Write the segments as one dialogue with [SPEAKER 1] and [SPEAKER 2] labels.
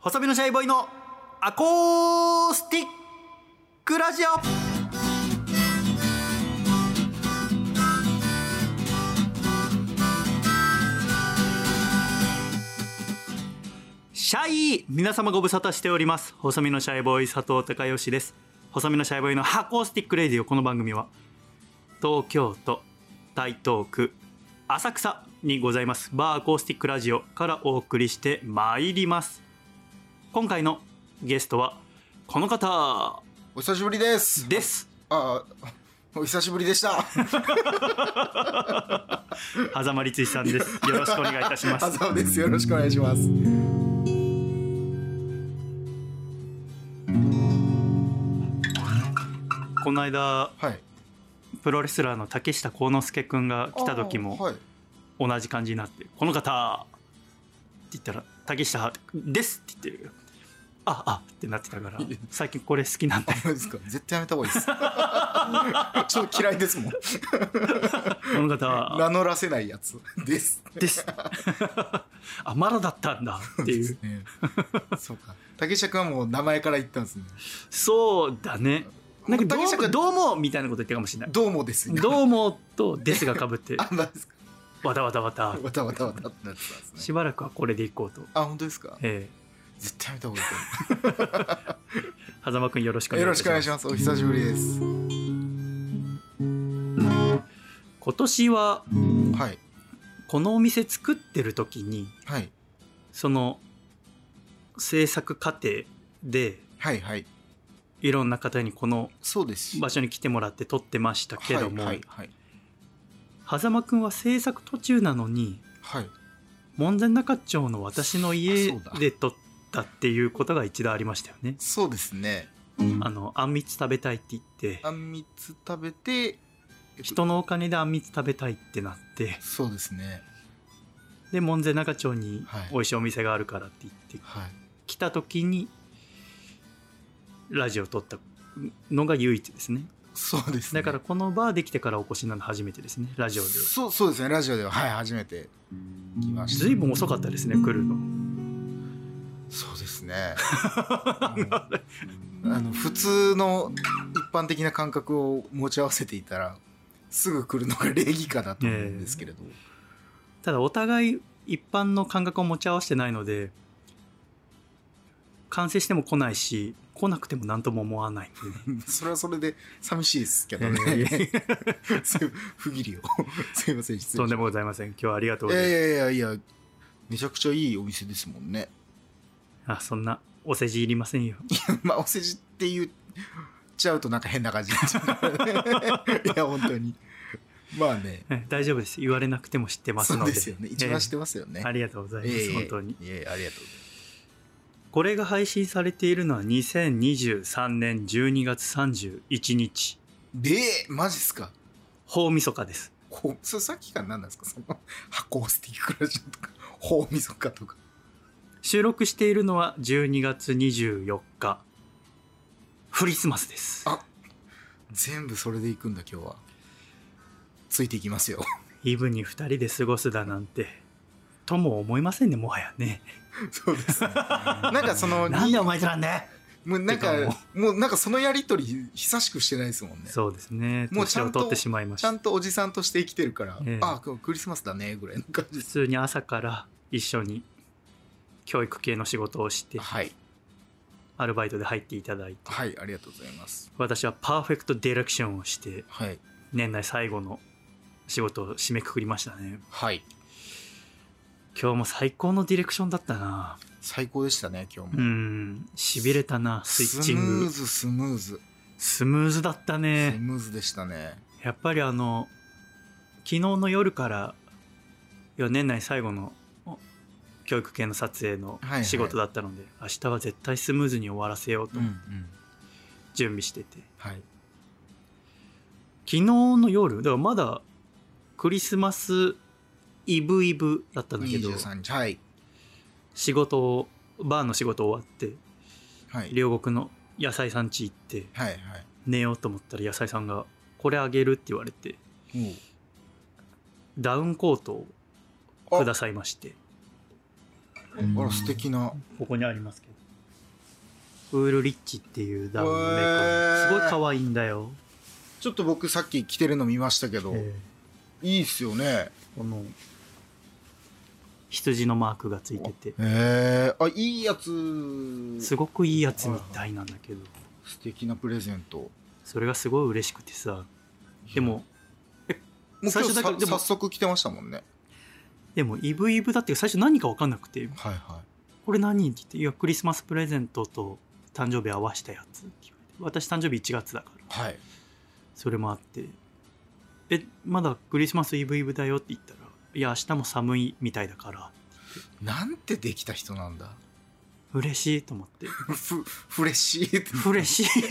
[SPEAKER 1] 細身のシャイボーイのアコースティックラジオシャイ皆様ご無沙汰しております細身のシャイボーイ佐藤孝義です細身のシャイボーイのアコースティックレディオこの番組は東京都台東区浅草にございますバーアコースティックラジオからお送りしてまいります今回のゲストはこの方
[SPEAKER 2] お久しぶりです。
[SPEAKER 1] です
[SPEAKER 2] ああ、お久しぶりでした。
[SPEAKER 1] 狭間律一さんですよろしくお願いいたしま
[SPEAKER 2] あ
[SPEAKER 1] す
[SPEAKER 2] ざです。よろしくお願いします。
[SPEAKER 1] この間
[SPEAKER 2] はい。
[SPEAKER 1] プロレスラーの竹下幸之助くんが来た時
[SPEAKER 2] あ
[SPEAKER 1] も
[SPEAKER 2] ーはい。
[SPEAKER 1] 同じ感じになって「この方!」って言ったら「竹下です!」って言って「ああってなってたから最近これ好きなんだ
[SPEAKER 2] あそうですか。絶対やめた方がいいです。 ちょっと嫌いですもん。
[SPEAKER 1] この方
[SPEAKER 2] 名乗らせないやつです。
[SPEAKER 1] です」 あまだだったんだって いう
[SPEAKER 2] ね、そうか。竹下くんはもう名前から言ったんですね。
[SPEAKER 1] そうだねなんかど
[SPEAKER 2] 竹下
[SPEAKER 1] う
[SPEAKER 2] 君
[SPEAKER 1] もどうもみたいなこと言ってるかもしれない
[SPEAKER 2] どうもです。う
[SPEAKER 1] どうもとですがかぶって
[SPEAKER 2] あ、なんですか。
[SPEAKER 1] わたわたわた
[SPEAKER 2] わたわたわたってなってたんです
[SPEAKER 1] し
[SPEAKER 2] ね。
[SPEAKER 1] ばらくはこれでいこうと
[SPEAKER 2] あ、本当ですか。
[SPEAKER 1] え
[SPEAKER 2] 絶対やめた方がいい
[SPEAKER 1] え狭間くんよろしく
[SPEAKER 2] と
[SPEAKER 1] お
[SPEAKER 2] 思
[SPEAKER 1] 願い
[SPEAKER 2] う。よろ
[SPEAKER 1] い
[SPEAKER 2] したくお願い
[SPEAKER 1] し
[SPEAKER 2] し
[SPEAKER 1] ます
[SPEAKER 2] ます。お久しぶりです。
[SPEAKER 1] 今年は
[SPEAKER 2] はい。
[SPEAKER 1] このお店作ってる時に
[SPEAKER 2] はい。
[SPEAKER 1] その制作過程で
[SPEAKER 2] はい。はい。
[SPEAKER 1] いろんな方にこの
[SPEAKER 2] そうです。
[SPEAKER 1] 場所に来てもらって撮ってましたけども、
[SPEAKER 2] はい。はい。
[SPEAKER 1] 狭間くんは制作途中なのに
[SPEAKER 2] はい。
[SPEAKER 1] 門前仲町の私の家
[SPEAKER 2] あそうだ
[SPEAKER 1] で撮ったっていうことが一度ありましたよね。
[SPEAKER 2] そうですね。
[SPEAKER 1] あのあんみつ食べたいって言って
[SPEAKER 2] あんみつ食べて、
[SPEAKER 1] 人のお金であんみつ食べたいってなって
[SPEAKER 2] そうですね。
[SPEAKER 1] で門前仲町に
[SPEAKER 2] はい
[SPEAKER 1] 美味しいお店があるからって言って
[SPEAKER 2] はい。
[SPEAKER 1] 来た時にラジオを撮ったのが唯一ですね
[SPEAKER 2] そうですね。
[SPEAKER 1] だから、このバーできてからお越しなの初めてですねラジオで
[SPEAKER 2] そう、そうですね。ラジオでは、はい、初めて来まし
[SPEAKER 1] ずいぶん遅かったですね来るの
[SPEAKER 2] た。そうです ね。うんあの、普通の一般的な感覚を持ち合わせていたら、すぐ来るのが礼儀かなと思うんですけれど。
[SPEAKER 1] ただお互い一般の感覚を持ち合わせてないので完成しても来ないし来なくても何とも思わないっていうね
[SPEAKER 2] それはそれで寂しいですけどね。
[SPEAKER 1] いやい
[SPEAKER 2] そう不義理を。すいません、失
[SPEAKER 1] と
[SPEAKER 2] 礼
[SPEAKER 1] ん
[SPEAKER 2] し
[SPEAKER 1] でもございません今日はありがとう
[SPEAKER 2] ま
[SPEAKER 1] ご
[SPEAKER 2] し
[SPEAKER 1] ざい
[SPEAKER 2] た。
[SPEAKER 1] ます、
[SPEAKER 2] いやいやいやいや、めちゃくちゃいいお店ですもんね。
[SPEAKER 1] あそんなお世辞いりませんよ
[SPEAKER 2] まあ、お世辞って言っちゃうとなんか変な感じになっちゃうから ね。いや、本当に。まあね。
[SPEAKER 1] え大丈夫です言われなくても知ってます
[SPEAKER 2] そ
[SPEAKER 1] の
[SPEAKER 2] う
[SPEAKER 1] で
[SPEAKER 2] ですよね。一番知ってますよね。
[SPEAKER 1] ありがとうございます、
[SPEAKER 2] ええ
[SPEAKER 1] 本当に。
[SPEAKER 2] いえいえありがとうござい
[SPEAKER 1] これが配信されているのは2023年12月31日
[SPEAKER 2] ます。で、マジっすか。
[SPEAKER 1] 大晦日です
[SPEAKER 2] こう、それさっきから何なんですかその、箱スティックラジオとか、大晦日とか。
[SPEAKER 1] 収録しているのは12月24日フリスマスです
[SPEAKER 2] あ全部それで行くんだ、今日は。ついていきますよ。
[SPEAKER 1] イブに2人で過ごすだなんてとも思いませんねもはやね
[SPEAKER 2] そうですね。なんかそ の、
[SPEAKER 1] なん
[SPEAKER 2] に
[SPEAKER 1] でお前となんだよ
[SPEAKER 2] もうなんか
[SPEAKER 1] てか、
[SPEAKER 2] もうなんかそのやりとり、久しくしてないですもんね。
[SPEAKER 1] そうですね
[SPEAKER 2] もうち
[SPEAKER 1] 年
[SPEAKER 2] ゃ
[SPEAKER 1] を
[SPEAKER 2] んと
[SPEAKER 1] 取ってしまいまし
[SPEAKER 2] ちゃ
[SPEAKER 1] た
[SPEAKER 2] んとおじさんとして生きてるから、
[SPEAKER 1] ええ
[SPEAKER 2] ああ、今日クリスマスだね、ぐらいの感じ
[SPEAKER 1] 普
[SPEAKER 2] です。
[SPEAKER 1] 通に朝から一緒に教育系の仕事をして
[SPEAKER 2] はい。
[SPEAKER 1] アルバイトで入っていただいて
[SPEAKER 2] はい、ありがとうございます。
[SPEAKER 1] 私はパーフェクトディレクションをして
[SPEAKER 2] はい。
[SPEAKER 1] 年内最後の仕事を締めくくりましたね
[SPEAKER 2] はい。
[SPEAKER 1] 今日も最高のディレクションだったな
[SPEAKER 2] 最高でしたね、今日
[SPEAKER 1] う
[SPEAKER 2] も。
[SPEAKER 1] んしびれたなスイッチン
[SPEAKER 2] ムー
[SPEAKER 1] グ
[SPEAKER 2] ズ、スムーズ。
[SPEAKER 1] スムーズだった
[SPEAKER 2] ス
[SPEAKER 1] ね
[SPEAKER 2] ムーズでしたね。
[SPEAKER 1] やっぱりあの昨日の夜からいや年内最後のお教育系の撮影の
[SPEAKER 2] はいはい
[SPEAKER 1] 仕事だったので、明日は絶対スムーズに終わらせようと
[SPEAKER 2] うん。
[SPEAKER 1] 準備してて、
[SPEAKER 2] はい。
[SPEAKER 1] 昨日の夜だからまだクリスマスイブイブだったんだけど
[SPEAKER 2] 23日。はい。
[SPEAKER 1] 仕事をバーの仕事終わって
[SPEAKER 2] はい。
[SPEAKER 1] 両国の野菜さん家行って
[SPEAKER 2] はい、はい。
[SPEAKER 1] 寝ようと思ったら野菜さんが「これあげる」って言われてダウンコートを
[SPEAKER 2] お
[SPEAKER 1] くださいまして
[SPEAKER 2] あら、素敵な。
[SPEAKER 1] ここにありますけどウールリッチっていうダウンのメーカー、
[SPEAKER 2] へー
[SPEAKER 1] すごい可愛いんだよ、
[SPEAKER 2] ちょっと僕さっき着てるの見ましたけど、
[SPEAKER 1] え
[SPEAKER 2] いいっすよね
[SPEAKER 1] ーこの羊のマークがついてて
[SPEAKER 2] へえあいいやつ
[SPEAKER 1] すごくいいやつみたいなんだけど
[SPEAKER 2] 素敵なプレゼントも
[SPEAKER 1] それがすごい嬉しくてさでも
[SPEAKER 2] う今
[SPEAKER 1] 最
[SPEAKER 2] 日
[SPEAKER 1] 初だ
[SPEAKER 2] さ
[SPEAKER 1] けでも
[SPEAKER 2] 早速着てましたもんね
[SPEAKER 1] でもイブイブだって最初何か分かんなくて
[SPEAKER 2] はいは
[SPEAKER 1] これ何って言って「いやクリスマスプレゼントと誕生日合わせたやつ」って言われて私誕生日1月だから
[SPEAKER 2] いはい
[SPEAKER 1] それもあって「えまだクリスマスイブイブだよ」って言ったら「いや明日も寒いみたいだから
[SPEAKER 2] なんてできた人な んだ
[SPEAKER 1] 嬉しい」と思って
[SPEAKER 2] ふフレッシ ーって
[SPEAKER 1] 「嬉しい」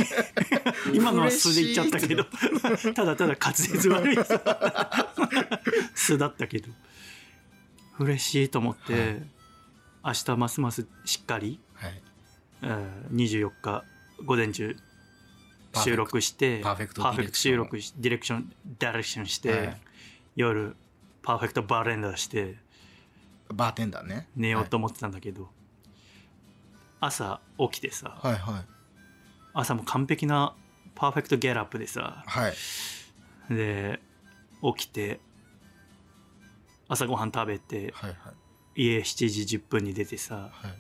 [SPEAKER 1] 今のは素で言っちゃったけどただただ滑舌悪い素だったけど嬉しいと思って、明日ますますしっかり
[SPEAKER 2] はい
[SPEAKER 1] うん24日午前中
[SPEAKER 2] パーフェクト
[SPEAKER 1] 収録して
[SPEAKER 2] パーフェクト
[SPEAKER 1] パーフェクト収録しディレクションダイレクションして、
[SPEAKER 2] はい
[SPEAKER 1] 夜パーフェクトバーレンダーして
[SPEAKER 2] バーテンダーね
[SPEAKER 1] 寝ようと思ってたんだけど、朝起きてさ、
[SPEAKER 2] はいはい
[SPEAKER 1] 朝も完璧なパーフェクトゲラップでさ
[SPEAKER 2] はい
[SPEAKER 1] で起きて朝ごはん食べて
[SPEAKER 2] はいはい
[SPEAKER 1] 家7時10分に出てさ
[SPEAKER 2] はい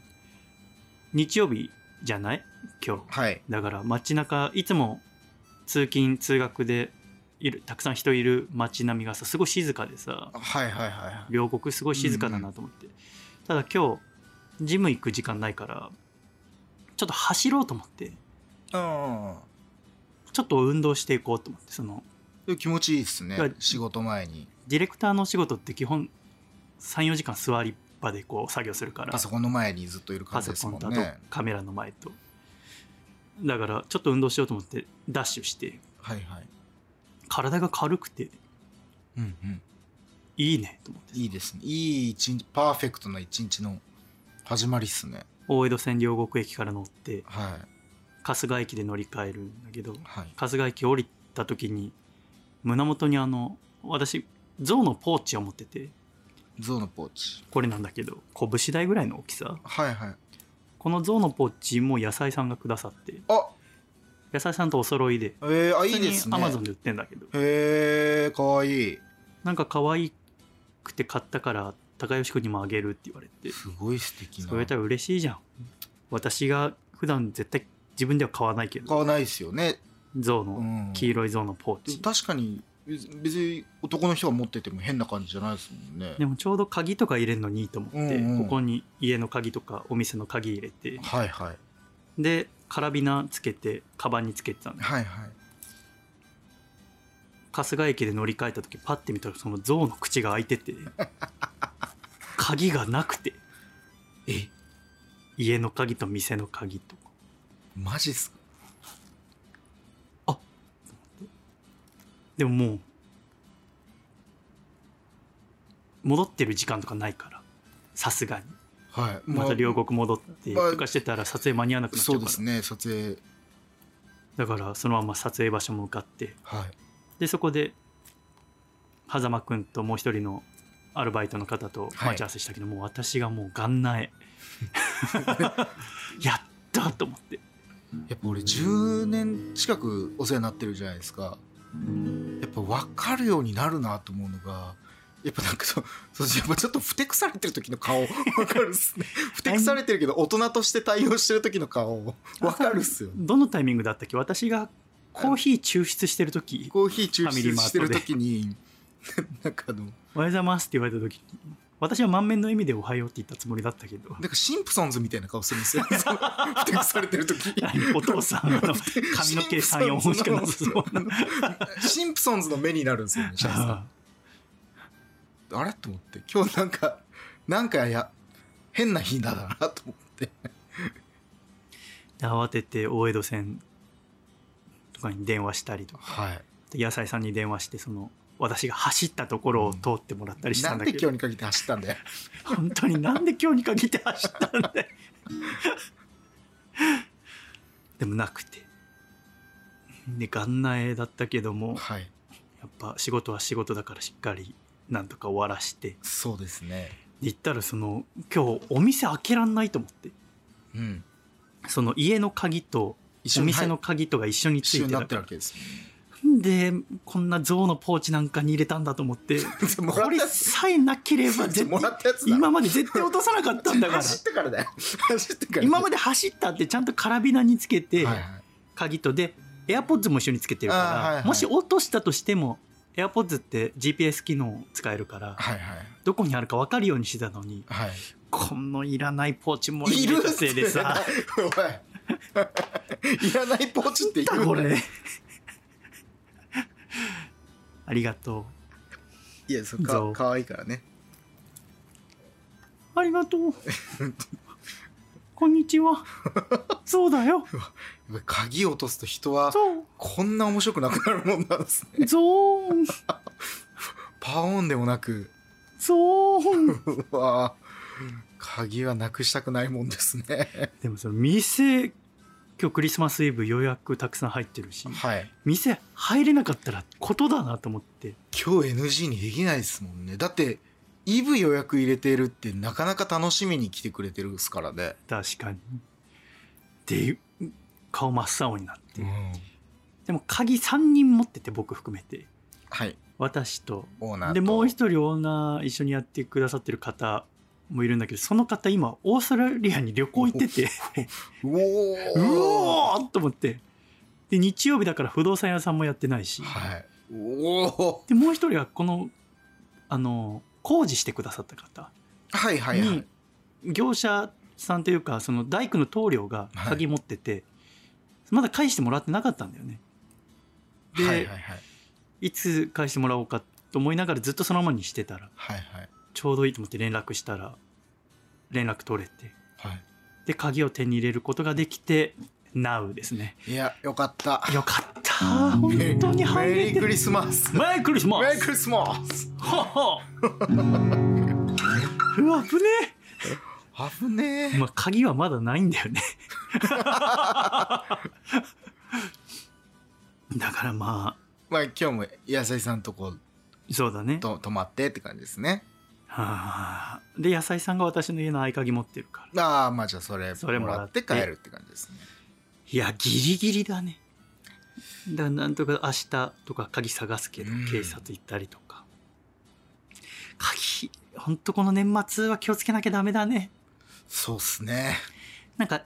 [SPEAKER 1] 日曜日じゃない今日
[SPEAKER 2] はい
[SPEAKER 1] だから街中いつも通勤通学でいるたくさん人いる街並みがさすごい静かでさ
[SPEAKER 2] はいはいは
[SPEAKER 1] 両国すごい静かだなと思って、ただ今日ジム行く時間ないからちょっと走ろうと思って
[SPEAKER 2] いうん
[SPEAKER 1] ちょっと運動していこうと思ってその
[SPEAKER 2] でも気持ちいいっすね
[SPEAKER 1] はい
[SPEAKER 2] 仕事前に
[SPEAKER 1] ディレクターのお仕事って基本34時間座りっぱでこう作業するから
[SPEAKER 2] パソコンの前にずっといる感
[SPEAKER 1] パ
[SPEAKER 2] じ
[SPEAKER 1] ソ
[SPEAKER 2] です
[SPEAKER 1] コ
[SPEAKER 2] も
[SPEAKER 1] ン
[SPEAKER 2] ん
[SPEAKER 1] とあと
[SPEAKER 2] ね
[SPEAKER 1] カメラの前とだからちょっと運動しようと思ってダッシュして
[SPEAKER 2] はいはい
[SPEAKER 1] 体が軽くて
[SPEAKER 2] うんうん
[SPEAKER 1] いいねと思って
[SPEAKER 2] いいですねいい一日パーフェクトな一日の始まりっすね
[SPEAKER 1] 大江戸線両国駅から乗って
[SPEAKER 2] はい
[SPEAKER 1] 春日駅で乗り換えるんだけど
[SPEAKER 2] はい
[SPEAKER 1] 春日駅降りた時に胸元にあの私象のポーチを持ってて
[SPEAKER 2] 象のポーチ
[SPEAKER 1] これなんだけど拳台ぐらいの大きさ
[SPEAKER 2] はいはい
[SPEAKER 1] この象のポーチも野菜さんがくださって
[SPEAKER 2] あ
[SPEAKER 1] 野菜さんとお揃いで
[SPEAKER 2] えー、あいいですね
[SPEAKER 1] アマゾンで売ってんだけど
[SPEAKER 2] へえかわいい
[SPEAKER 1] なんか可愛くて買ったから高吉君にもあげるって言われて
[SPEAKER 2] すごい素敵な
[SPEAKER 1] それたら嬉しいじゃん私が普段絶対自分では買わないけ
[SPEAKER 2] 買
[SPEAKER 1] ど
[SPEAKER 2] わないですよね
[SPEAKER 1] 象
[SPEAKER 2] う
[SPEAKER 1] の
[SPEAKER 2] ん
[SPEAKER 1] 黄色い象のポー
[SPEAKER 2] でも
[SPEAKER 1] チ
[SPEAKER 2] 確かに別別に男の人が持ってても変な感じじゃないですもんね
[SPEAKER 1] でもちょうど鍵とか入れるのにいいと思って、
[SPEAKER 2] うんうん
[SPEAKER 1] ここに家の鍵とかお店の鍵入れて
[SPEAKER 2] はいはい
[SPEAKER 1] でカラビナつけてカバンにつけてたの
[SPEAKER 2] はいはい
[SPEAKER 1] 春日駅で乗り換えた時パッて見たらその象の口が開いて て鍵がなくて
[SPEAKER 2] え
[SPEAKER 1] 家の鍵と店の鍵と
[SPEAKER 2] マジっすか
[SPEAKER 1] でももう戻ってる時間とかないからさすがに
[SPEAKER 2] はい
[SPEAKER 1] また両国戻って
[SPEAKER 2] まあ
[SPEAKER 1] とかしてたら撮影間に合わなくなっちゃ
[SPEAKER 2] そうう
[SPEAKER 1] か
[SPEAKER 2] で
[SPEAKER 1] ら
[SPEAKER 2] すね撮影
[SPEAKER 1] だからそのまま撮影場所も向かって
[SPEAKER 2] はい
[SPEAKER 1] でそこで狭間くんともう一人のアルバイトの方と
[SPEAKER 2] はい
[SPEAKER 1] 待ち合わせしたけど、もう私がもうガンナ エやったと思って
[SPEAKER 2] やっぱ俺10年近くお世話になってるじゃないですかやっぱ分かるようになるなと思うのがやっぱなんかそうそうやっぱちょっとふてくされてる時の 顔分かるっすねふてくされてるけど大人として対応してる時の顔分かるっすよ
[SPEAKER 1] どのタイミングだったっけ私がコーヒー抽出してる時
[SPEAKER 2] コーヒー抽
[SPEAKER 1] ファミリー
[SPEAKER 2] 出
[SPEAKER 1] マー
[SPEAKER 2] し
[SPEAKER 1] ト
[SPEAKER 2] て
[SPEAKER 1] で
[SPEAKER 2] る時になんかあの
[SPEAKER 1] 「おはようございます」って言われた時に私は満面の笑みで「おはよう」って言ったつもりだったけど
[SPEAKER 2] なんかシンプソンズみたいな顔するんで すよそのふてくされてる時
[SPEAKER 1] お父さんの髪の毛34本しかなさそうな
[SPEAKER 2] シンプソンズの目になるんですよねシャイさんあれと思って今日なんかなんかや変な日だなと思って
[SPEAKER 1] 慌てて大江戸線とかに電話したりとか
[SPEAKER 2] はい
[SPEAKER 1] 野菜さんに電話してその私が走ったところを通ってもらったりした
[SPEAKER 2] なんん
[SPEAKER 1] だ
[SPEAKER 2] で
[SPEAKER 1] けど、
[SPEAKER 2] 今日にかけて走ったんだよ
[SPEAKER 1] 本当になんで今日に限って走ったんだよでもなくてで元内だったけども
[SPEAKER 2] はい
[SPEAKER 1] やっぱ仕事は仕事だからしっかりなんとか終わらして
[SPEAKER 2] そうですね
[SPEAKER 1] で行ったらその今日お店開けらんないと思って
[SPEAKER 2] うん
[SPEAKER 1] その家の鍵と
[SPEAKER 2] 一
[SPEAKER 1] お
[SPEAKER 2] 緒に
[SPEAKER 1] 店の鍵とが一緒につい
[SPEAKER 2] 一緒に
[SPEAKER 1] て
[SPEAKER 2] な
[SPEAKER 1] た
[SPEAKER 2] って
[SPEAKER 1] か
[SPEAKER 2] るわけです
[SPEAKER 1] らんでこんな象のポーチなんかに入れたんだと思って
[SPEAKER 2] もら
[SPEAKER 1] こ
[SPEAKER 2] っ
[SPEAKER 1] れ
[SPEAKER 2] たやつ
[SPEAKER 1] さえなければ絶
[SPEAKER 2] もら
[SPEAKER 1] 対
[SPEAKER 2] ったやつだ
[SPEAKER 1] 今まで絶対落とさなかったんだから
[SPEAKER 2] 走ってからだよ走ってから
[SPEAKER 1] 今まで走ったってちゃんとカラビナにつけて
[SPEAKER 2] ではいはい
[SPEAKER 1] 鍵とで AirPods も一緒につけてるから、
[SPEAKER 2] あーはいはい
[SPEAKER 1] もし落としたとしても AirPods って GPS 機能使える から
[SPEAKER 2] はい
[SPEAKER 1] どこにあるか分かるようにしてたのに
[SPEAKER 2] はいはい
[SPEAKER 1] このいらないポーチも入
[SPEAKER 2] い
[SPEAKER 1] れ
[SPEAKER 2] る
[SPEAKER 1] たせいでさ
[SPEAKER 2] っておいいらないポーチってい
[SPEAKER 1] なんだ
[SPEAKER 2] る
[SPEAKER 1] これありがと
[SPEAKER 2] いやそ
[SPEAKER 1] ゾ
[SPEAKER 2] か
[SPEAKER 1] ウ
[SPEAKER 2] かわいいからね
[SPEAKER 1] うありがと うこんにちはそうだよ
[SPEAKER 2] やっぱ鍵落とすと人は
[SPEAKER 1] そ
[SPEAKER 2] こんな面白くなくなるもんなんですね
[SPEAKER 1] うゾーン
[SPEAKER 2] パオーンでもなく
[SPEAKER 1] ゾーン
[SPEAKER 2] うわ鍵はなくしたくないもんですね
[SPEAKER 1] でもその店今日クリスマスイブ予約たくさん入ってるし
[SPEAKER 2] はい
[SPEAKER 1] 店入れなかったらことだなと思って
[SPEAKER 2] 今日 NG にできないですもんねだって EV 予約入れてるってなかなか楽しみに来てくれてるっすからね、
[SPEAKER 1] 確かにで顔真っ青になって、でも鍵3人持ってて僕含めて
[SPEAKER 2] はい
[SPEAKER 1] 私と
[SPEAKER 2] オーナーと
[SPEAKER 1] でもう一人オーナー一緒にやってくださってる方もいるんだけどその方今オーストラリアに旅行行ってて
[SPEAKER 2] うおー
[SPEAKER 1] うおーっと思ってで日曜日だから不動産屋さんもやってないし
[SPEAKER 2] はいおお
[SPEAKER 1] でもう一人はこのあの工事してくださった方
[SPEAKER 2] はいはいはい、
[SPEAKER 1] に業者さんというかその大工の棟梁が鍵持ってて、まだ返してもらってなかったんだよねで
[SPEAKER 2] はいはいはい
[SPEAKER 1] いつ返してもらおうかと思いながらずっとそのままにしてたら
[SPEAKER 2] はいはい
[SPEAKER 1] ちょうどいいと思って連絡したら連絡取れて
[SPEAKER 2] はい
[SPEAKER 1] で鍵を手に入れることができて NOW ですね
[SPEAKER 2] いやよかった
[SPEAKER 1] よかった 本当に
[SPEAKER 2] メ
[SPEAKER 1] 反
[SPEAKER 2] リ
[SPEAKER 1] 撃
[SPEAKER 2] ークリスマス
[SPEAKER 1] メリークリスマ
[SPEAKER 2] メリー
[SPEAKER 1] ス
[SPEAKER 2] クリスマス
[SPEAKER 1] ほっほ うわ危ね
[SPEAKER 2] 危ね
[SPEAKER 1] え、
[SPEAKER 2] え、
[SPEAKER 1] まあ、鍵はまだないんだよ ねだからま
[SPEAKER 2] まあ今日も野菜さんとこと
[SPEAKER 1] あそうだね
[SPEAKER 2] と泊まってって感じですね
[SPEAKER 1] はあで野菜さんが私の家の合鍵持ってるから
[SPEAKER 2] ああまあじゃあそれ
[SPEAKER 1] それも
[SPEAKER 2] も
[SPEAKER 1] ら
[SPEAKER 2] ら
[SPEAKER 1] っ
[SPEAKER 2] って帰るって感じですね
[SPEAKER 1] いやギリギリだねだなんとか明日とか鍵探すけど
[SPEAKER 2] うん
[SPEAKER 1] 警察行ったりとか鍵ほんとこの年末は気をつけなきゃダメだね
[SPEAKER 2] そうっすね
[SPEAKER 1] なんか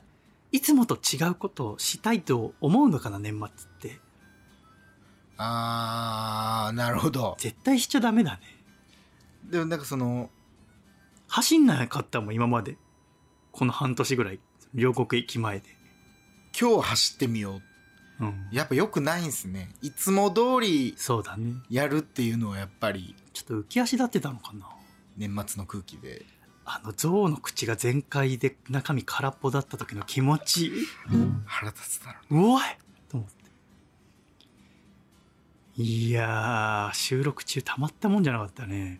[SPEAKER 1] いつもと違うことをしたいと思うのかな年末って
[SPEAKER 2] あーなるほど
[SPEAKER 1] 絶対しちゃダメだね
[SPEAKER 2] でもなんかその
[SPEAKER 1] 走んなかったもん今までこの半年ぐらい両国駅前で、
[SPEAKER 2] 今日走ってみよう
[SPEAKER 1] うん、
[SPEAKER 2] やっぱ良くないんすねいつも通り
[SPEAKER 1] そうだね
[SPEAKER 2] やるっていうのはやっぱり
[SPEAKER 1] ちょっと浮き足立ってたのかな
[SPEAKER 2] 年末の空気で
[SPEAKER 1] あの象の口が全開で中身空っぽだった時の気持ち
[SPEAKER 2] 腹立つだ
[SPEAKER 1] う
[SPEAKER 2] ろ
[SPEAKER 1] おいと思っていやー収録中たまったもんじゃなかったね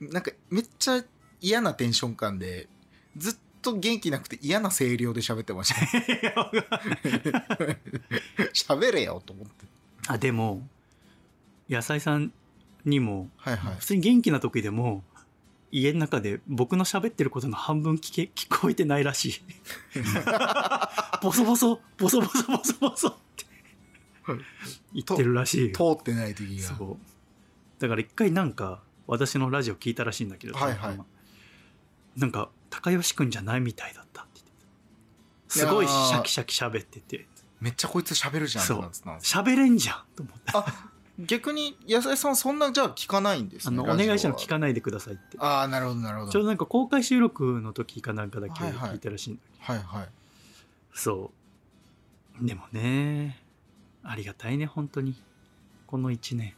[SPEAKER 2] うなんかめっちゃ嫌なテンション感でずっと元気なくて嫌な声量で喋ってまし た喋れよと思って
[SPEAKER 1] あでも野菜さんにも
[SPEAKER 2] はいはい
[SPEAKER 1] 普通に元気な時でも家の中で僕の喋ってることの半分聞け 聞こえてないらし いボソボソボソボソボソボソって言ってるらしいよ
[SPEAKER 2] 通ってない時が
[SPEAKER 1] そうだから一回なんか私のラジオ聞いたらしいんだけど、
[SPEAKER 2] はい
[SPEAKER 1] たま
[SPEAKER 2] はい
[SPEAKER 1] たまなんか高吉くんじゃないみたいだったって言ってたすごい
[SPEAKER 2] い
[SPEAKER 1] シ
[SPEAKER 2] やー
[SPEAKER 1] ャキシャキ喋ってて
[SPEAKER 2] めっちゃこいつ喋るじゃんってなってたんです
[SPEAKER 1] 喋れんじゃんと思って
[SPEAKER 2] 逆に安井さんそんなじゃあ聞かないんで
[SPEAKER 1] あ
[SPEAKER 2] すね
[SPEAKER 1] のお願いしたの聞
[SPEAKER 2] ない
[SPEAKER 1] かないでくださいって
[SPEAKER 2] ああなるほどなる
[SPEAKER 1] ち
[SPEAKER 2] ほ
[SPEAKER 1] ょう
[SPEAKER 2] ど
[SPEAKER 1] どなんか公開収録の時かなんかだけ
[SPEAKER 2] はいはい
[SPEAKER 1] 聞いたらしいんだけど、
[SPEAKER 2] はいはい
[SPEAKER 1] そうでもねありがたいね本当にこの1年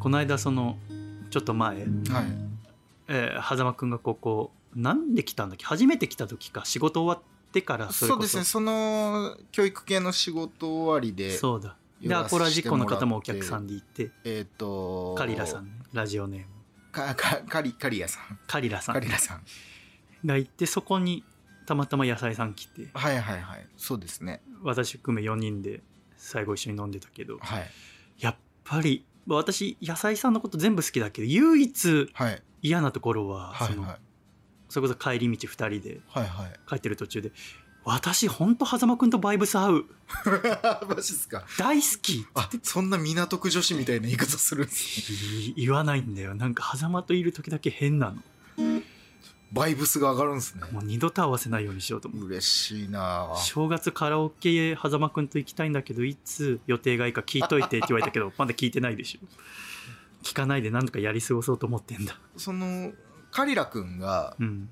[SPEAKER 1] この間そのちょっと前
[SPEAKER 2] はい
[SPEAKER 1] えー、狭間くんがここなんで来たんだっけ初めて来た時か仕事終わってからそれ
[SPEAKER 2] そ
[SPEAKER 1] こそう
[SPEAKER 2] ですねその教育系の仕事終わりで
[SPEAKER 1] そうだ
[SPEAKER 2] 寄
[SPEAKER 1] で
[SPEAKER 2] ら
[SPEAKER 1] ア
[SPEAKER 2] せ
[SPEAKER 1] コラジッコの方もお
[SPEAKER 2] してらっ
[SPEAKER 1] 客
[SPEAKER 2] て
[SPEAKER 1] さんでいて
[SPEAKER 2] えっ、と
[SPEAKER 1] カリラさんねラジオネーム
[SPEAKER 2] かかカリカリアさん
[SPEAKER 1] カリラさ
[SPEAKER 2] カ
[SPEAKER 1] ん
[SPEAKER 2] リラさん
[SPEAKER 1] がいてそこにたまたま野菜さん来て
[SPEAKER 2] はいはいはいそうですね
[SPEAKER 1] 私含め4人で最後一緒に飲んでたけど
[SPEAKER 2] はい
[SPEAKER 1] やっぱり私野菜さんのこと全部好きだけど唯一
[SPEAKER 2] はい
[SPEAKER 1] 嫌なところは
[SPEAKER 2] はい
[SPEAKER 1] そ
[SPEAKER 2] はい
[SPEAKER 1] のそれこそ帰り道2人で
[SPEAKER 2] はいはい
[SPEAKER 1] 帰ってる途中で私ほんと狭間くんとバイブス合う
[SPEAKER 2] マジっすか
[SPEAKER 1] 大好き
[SPEAKER 2] あそんな港区女子みたいな言い方するんです ね
[SPEAKER 1] い言わないんだよなんか狭間といる時だけ変なの
[SPEAKER 2] バイブスが上がるんですね
[SPEAKER 1] もう二度と合わせないようにしようと思う
[SPEAKER 2] 嬉しいなぁ
[SPEAKER 1] 正月カラオケへ狭間くんと行きたいんだけどいつ予定がいいか聞いといてって言われたけど まだ聞いてないでしょ聞かないでなんとかやり過ごそうと思ってんだ
[SPEAKER 2] そのカリラくんが
[SPEAKER 1] うん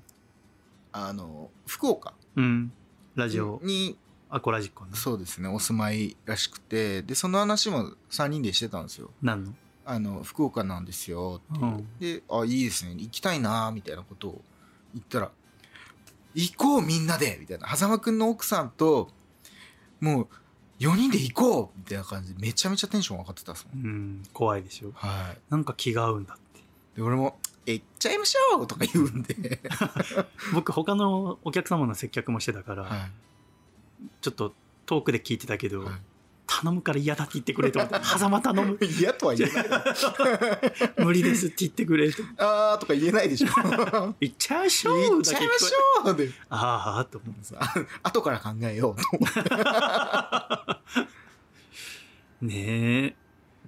[SPEAKER 2] あの福岡
[SPEAKER 1] うんラジオ、
[SPEAKER 2] に
[SPEAKER 1] アコラジッコの
[SPEAKER 2] そうですねお住まいらしくてでその話も3人でしてたんですよ
[SPEAKER 1] 何の
[SPEAKER 2] あの福岡なんですよっていう、であいいですね行きたいなみたいなことを言ったら行こうみんなでみたいな狭間くんの奥さんともう4人で行こうみたいな感じでめちゃめちゃテンション上がってたっすもん
[SPEAKER 1] うん怖いでしょ
[SPEAKER 2] はい
[SPEAKER 1] なんか気が合うんだ って
[SPEAKER 2] で俺も「え行っちゃいましょう」とか言うんで、
[SPEAKER 1] 僕他のお客様の接客もしてたから、
[SPEAKER 2] は
[SPEAKER 1] ちょっと遠くで聞いてたけ
[SPEAKER 2] い
[SPEAKER 1] ど、
[SPEAKER 2] は
[SPEAKER 1] 頼むから嫌だって言ってくれと思って「狭間頼む
[SPEAKER 2] い、嫌とは言えない
[SPEAKER 1] 無理です」って言ってくれと
[SPEAKER 2] あーとか言えない でしょ行
[SPEAKER 1] 「行っちゃいましょう」
[SPEAKER 2] っち ゃいましょうで
[SPEAKER 1] ああと思う
[SPEAKER 2] あ後から考えようと
[SPEAKER 1] ねえ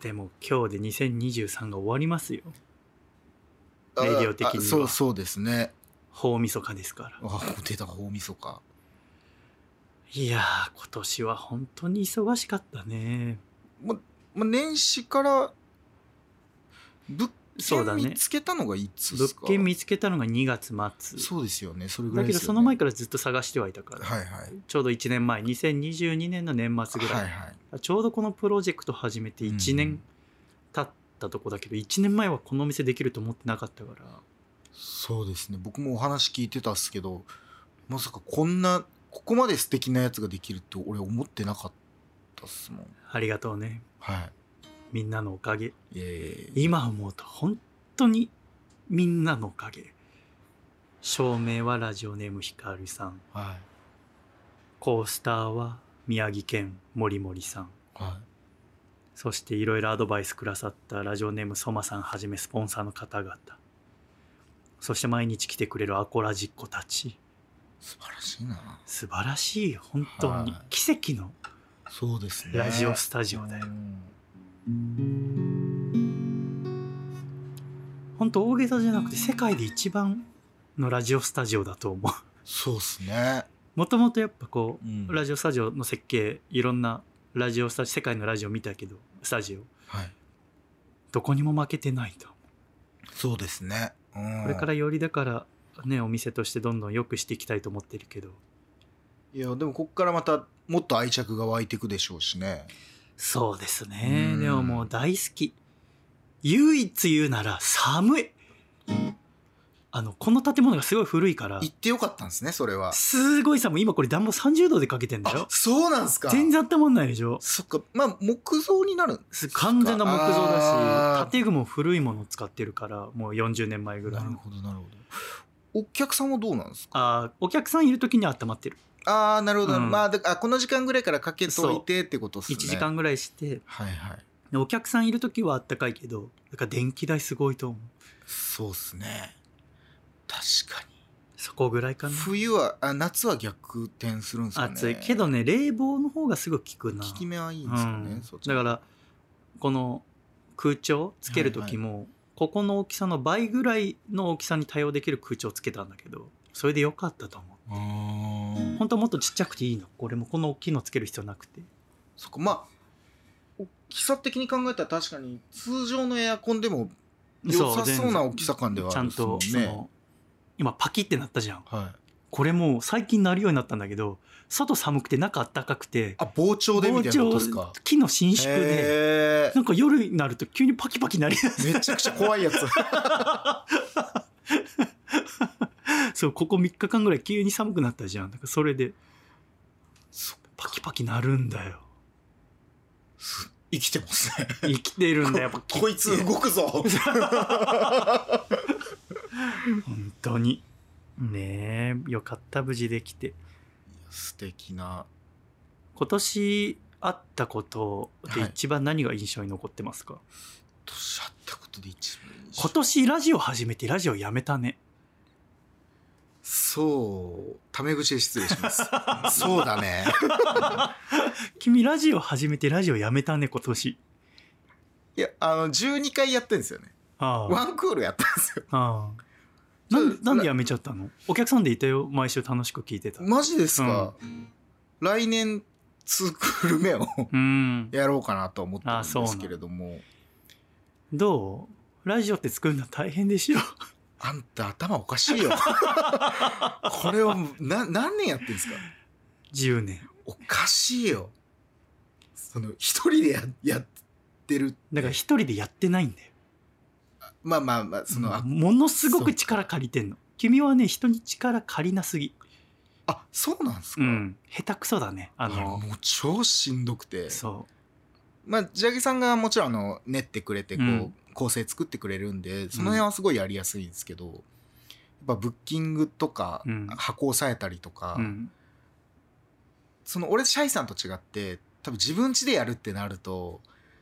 [SPEAKER 1] でも今日で2023が終わりますよ
[SPEAKER 2] あ
[SPEAKER 1] レディオ的には
[SPEAKER 2] あそうそうですね
[SPEAKER 1] 大晦日ですから
[SPEAKER 2] あ出たか大晦日
[SPEAKER 1] いやー今年は本当に忙しかったね
[SPEAKER 2] まあ、年始から物
[SPEAKER 1] そうだ
[SPEAKER 2] 件
[SPEAKER 1] ね
[SPEAKER 2] 見つけたのがいつで
[SPEAKER 1] 物
[SPEAKER 2] すか、
[SPEAKER 1] 件見つけたのが2月末
[SPEAKER 2] そうですよねそれぐ
[SPEAKER 1] だ
[SPEAKER 2] らい
[SPEAKER 1] け
[SPEAKER 2] です
[SPEAKER 1] ど
[SPEAKER 2] よ、ね、
[SPEAKER 1] その前からずっと探してはいたから、
[SPEAKER 2] はいはい
[SPEAKER 1] ちょうど1年前2022年の年末ぐらい、
[SPEAKER 2] はいはい
[SPEAKER 1] ちょうどこのプロジェクト始めて1
[SPEAKER 2] う
[SPEAKER 1] 年
[SPEAKER 2] ん
[SPEAKER 1] 経ったとこだけど、1年前はこのお店できると思ってなかったから
[SPEAKER 2] そうですね僕もお話聞いてたっすけどまさかこんなここまで素敵なやつができるって俺思ってなかったっすもん
[SPEAKER 1] ありがとうね
[SPEAKER 2] は
[SPEAKER 1] みんなのおかげ
[SPEAKER 2] いいえいえいえ
[SPEAKER 1] 今思うと本当にみんなのおかげ照明はラジオネームひかるさん
[SPEAKER 2] は
[SPEAKER 1] コースターは宮城県森森さん
[SPEAKER 2] いは
[SPEAKER 1] そしていろいろアドバイスくださったラジオネームソマさんはじめスポンサーの方々そして毎日来てくれるアコラジっ子たち
[SPEAKER 2] い素晴らしいな
[SPEAKER 1] 素晴らしい本当に
[SPEAKER 2] はい
[SPEAKER 1] 奇跡の
[SPEAKER 2] そうですね
[SPEAKER 1] ラジオスタジオだよ
[SPEAKER 2] うん
[SPEAKER 1] 本当大げさじゃなくて世界で一番のラジオスタジオだと思う
[SPEAKER 2] そうっすね、
[SPEAKER 1] もともとやっぱこ
[SPEAKER 2] う
[SPEAKER 1] う、
[SPEAKER 2] ん
[SPEAKER 1] ラジオスタジオの設計いろんなラジオスタジオ世界のラジオ見たけどスタジオ
[SPEAKER 2] はい
[SPEAKER 1] どこにも負けてないと
[SPEAKER 2] そうですね、うん
[SPEAKER 1] これからよりだからねお店としてどんどん良くしていきたいと思ってるけど
[SPEAKER 2] いやでもこっからまたもっと愛着が湧いていくでしょうしね
[SPEAKER 1] そうですね
[SPEAKER 2] うん
[SPEAKER 1] でももう大好き唯一言うなら寒いあのこの建物がすごい古いから
[SPEAKER 2] 行ってよかったんですねそれは
[SPEAKER 1] すごい寒い今これ暖房30度でかけてんだ
[SPEAKER 2] あ
[SPEAKER 1] よ
[SPEAKER 2] そうなんすか
[SPEAKER 1] 全然温まんないでしょ
[SPEAKER 2] そっかまあ木造になる
[SPEAKER 1] す完全な木造だ
[SPEAKER 2] あ
[SPEAKER 1] し
[SPEAKER 2] ー
[SPEAKER 1] 建具も古いものを使ってるからもう40年前ぐらい
[SPEAKER 2] なる
[SPEAKER 1] の
[SPEAKER 2] ほどなるほどお客さんはどうなんですか
[SPEAKER 1] あーお客さんいる時には温まってる
[SPEAKER 2] ああなるほど、
[SPEAKER 1] うん
[SPEAKER 2] まあだあこの時間ぐらいからかけといてってことっすね
[SPEAKER 1] 1時間ぐらいして
[SPEAKER 2] はいはい
[SPEAKER 1] でお客さんいる時はあったかいけどだから電気代すごいと思う
[SPEAKER 2] そうっすね確か
[SPEAKER 1] そこぐらいか
[SPEAKER 2] に
[SPEAKER 1] な
[SPEAKER 2] 冬はあ夏は逆転するんですかね
[SPEAKER 1] 暑いけどね冷房の方がすぐ効くな
[SPEAKER 2] 効き目はいいん
[SPEAKER 1] う
[SPEAKER 2] ですよね、
[SPEAKER 1] ん、
[SPEAKER 2] そっち
[SPEAKER 1] だからこの空調つける時も、ここの大きさの倍ぐらいの大きさに対応できる空調つけたんだけどそれでよかったと思う
[SPEAKER 2] うーん
[SPEAKER 1] 本当はもっとちっちゃくていいのこれもこの大きいのつける必要なくて
[SPEAKER 2] そっかまあ大きさ的に考えたら確かに通常のエアコンでも良さそうな大きさ感では
[SPEAKER 1] ち
[SPEAKER 2] あ
[SPEAKER 1] ゃ
[SPEAKER 2] る
[SPEAKER 1] ん
[SPEAKER 2] っすも
[SPEAKER 1] と
[SPEAKER 2] ん
[SPEAKER 1] そ
[SPEAKER 2] ね。
[SPEAKER 1] の今パキってなったじゃん
[SPEAKER 2] はい、
[SPEAKER 1] これもう最近なるようになったんだけど外寒くて中あったかくて
[SPEAKER 2] あ膨張でみたいなことです
[SPEAKER 1] 膨
[SPEAKER 2] か
[SPEAKER 1] 張木の伸縮で
[SPEAKER 2] へ
[SPEAKER 1] なんか夜になると急にパキパキなりだす
[SPEAKER 2] ーめちゃくちゃ怖いやつ
[SPEAKER 1] そうここ3日間ぐらい急に寒くなったじゃんだからそれで
[SPEAKER 2] そ
[SPEAKER 1] パキパキなるんだよ
[SPEAKER 2] 生きてますね
[SPEAKER 1] 生きてるんだよやっぱ
[SPEAKER 2] こいつ動 くぞ
[SPEAKER 1] 本当にねえよかった無事できて
[SPEAKER 2] 素敵な
[SPEAKER 1] 今年あったことで一番何が印象に残ってますか、
[SPEAKER 2] 年あったことで一番
[SPEAKER 1] 今年ラジオ始めてラジオやめたね
[SPEAKER 2] そうタメ口で失礼します そうだね
[SPEAKER 1] 君ラジオ始めてラジオやめたね今年
[SPEAKER 2] いやあの12回やってんですよね
[SPEAKER 1] ああ
[SPEAKER 2] ワンクールやったんですよ
[SPEAKER 1] ああ
[SPEAKER 2] ち
[SPEAKER 1] な
[SPEAKER 2] ょ
[SPEAKER 1] んなんでやめちゃったのお客さんでいたよ毎週楽しく聞いてたう
[SPEAKER 2] マジですか、来年2クール目を
[SPEAKER 1] ん
[SPEAKER 2] やろうかなと思ってる
[SPEAKER 1] あそうんな
[SPEAKER 2] で
[SPEAKER 1] ん
[SPEAKER 2] すけれども
[SPEAKER 1] どうラジオって作るの大変でしょ
[SPEAKER 2] あんた頭おかし いよこれをな何年やってんですか
[SPEAKER 1] 10年
[SPEAKER 2] おかしいよその一人でややってる
[SPEAKER 1] だから一人でやってないんだよ
[SPEAKER 2] まあまあまあその、あ
[SPEAKER 1] ものすごく力借りてんの君はね人に力借りなすぎ
[SPEAKER 2] あそうなんですか、
[SPEAKER 1] うん下手くそだねあ
[SPEAKER 2] あ
[SPEAKER 1] の
[SPEAKER 2] もう超しんどくて
[SPEAKER 1] そ
[SPEAKER 2] まあジャギさんがもちろんあの練ってくれてこう、
[SPEAKER 1] うん
[SPEAKER 2] 構成作ってくれるんでその辺はすごいやりやすいんですけど、やっぱブッキングとか、
[SPEAKER 1] うん
[SPEAKER 2] 箱押さえたりとか、
[SPEAKER 1] ううん
[SPEAKER 2] その俺シャイさんと違って多分自分家でやるってなると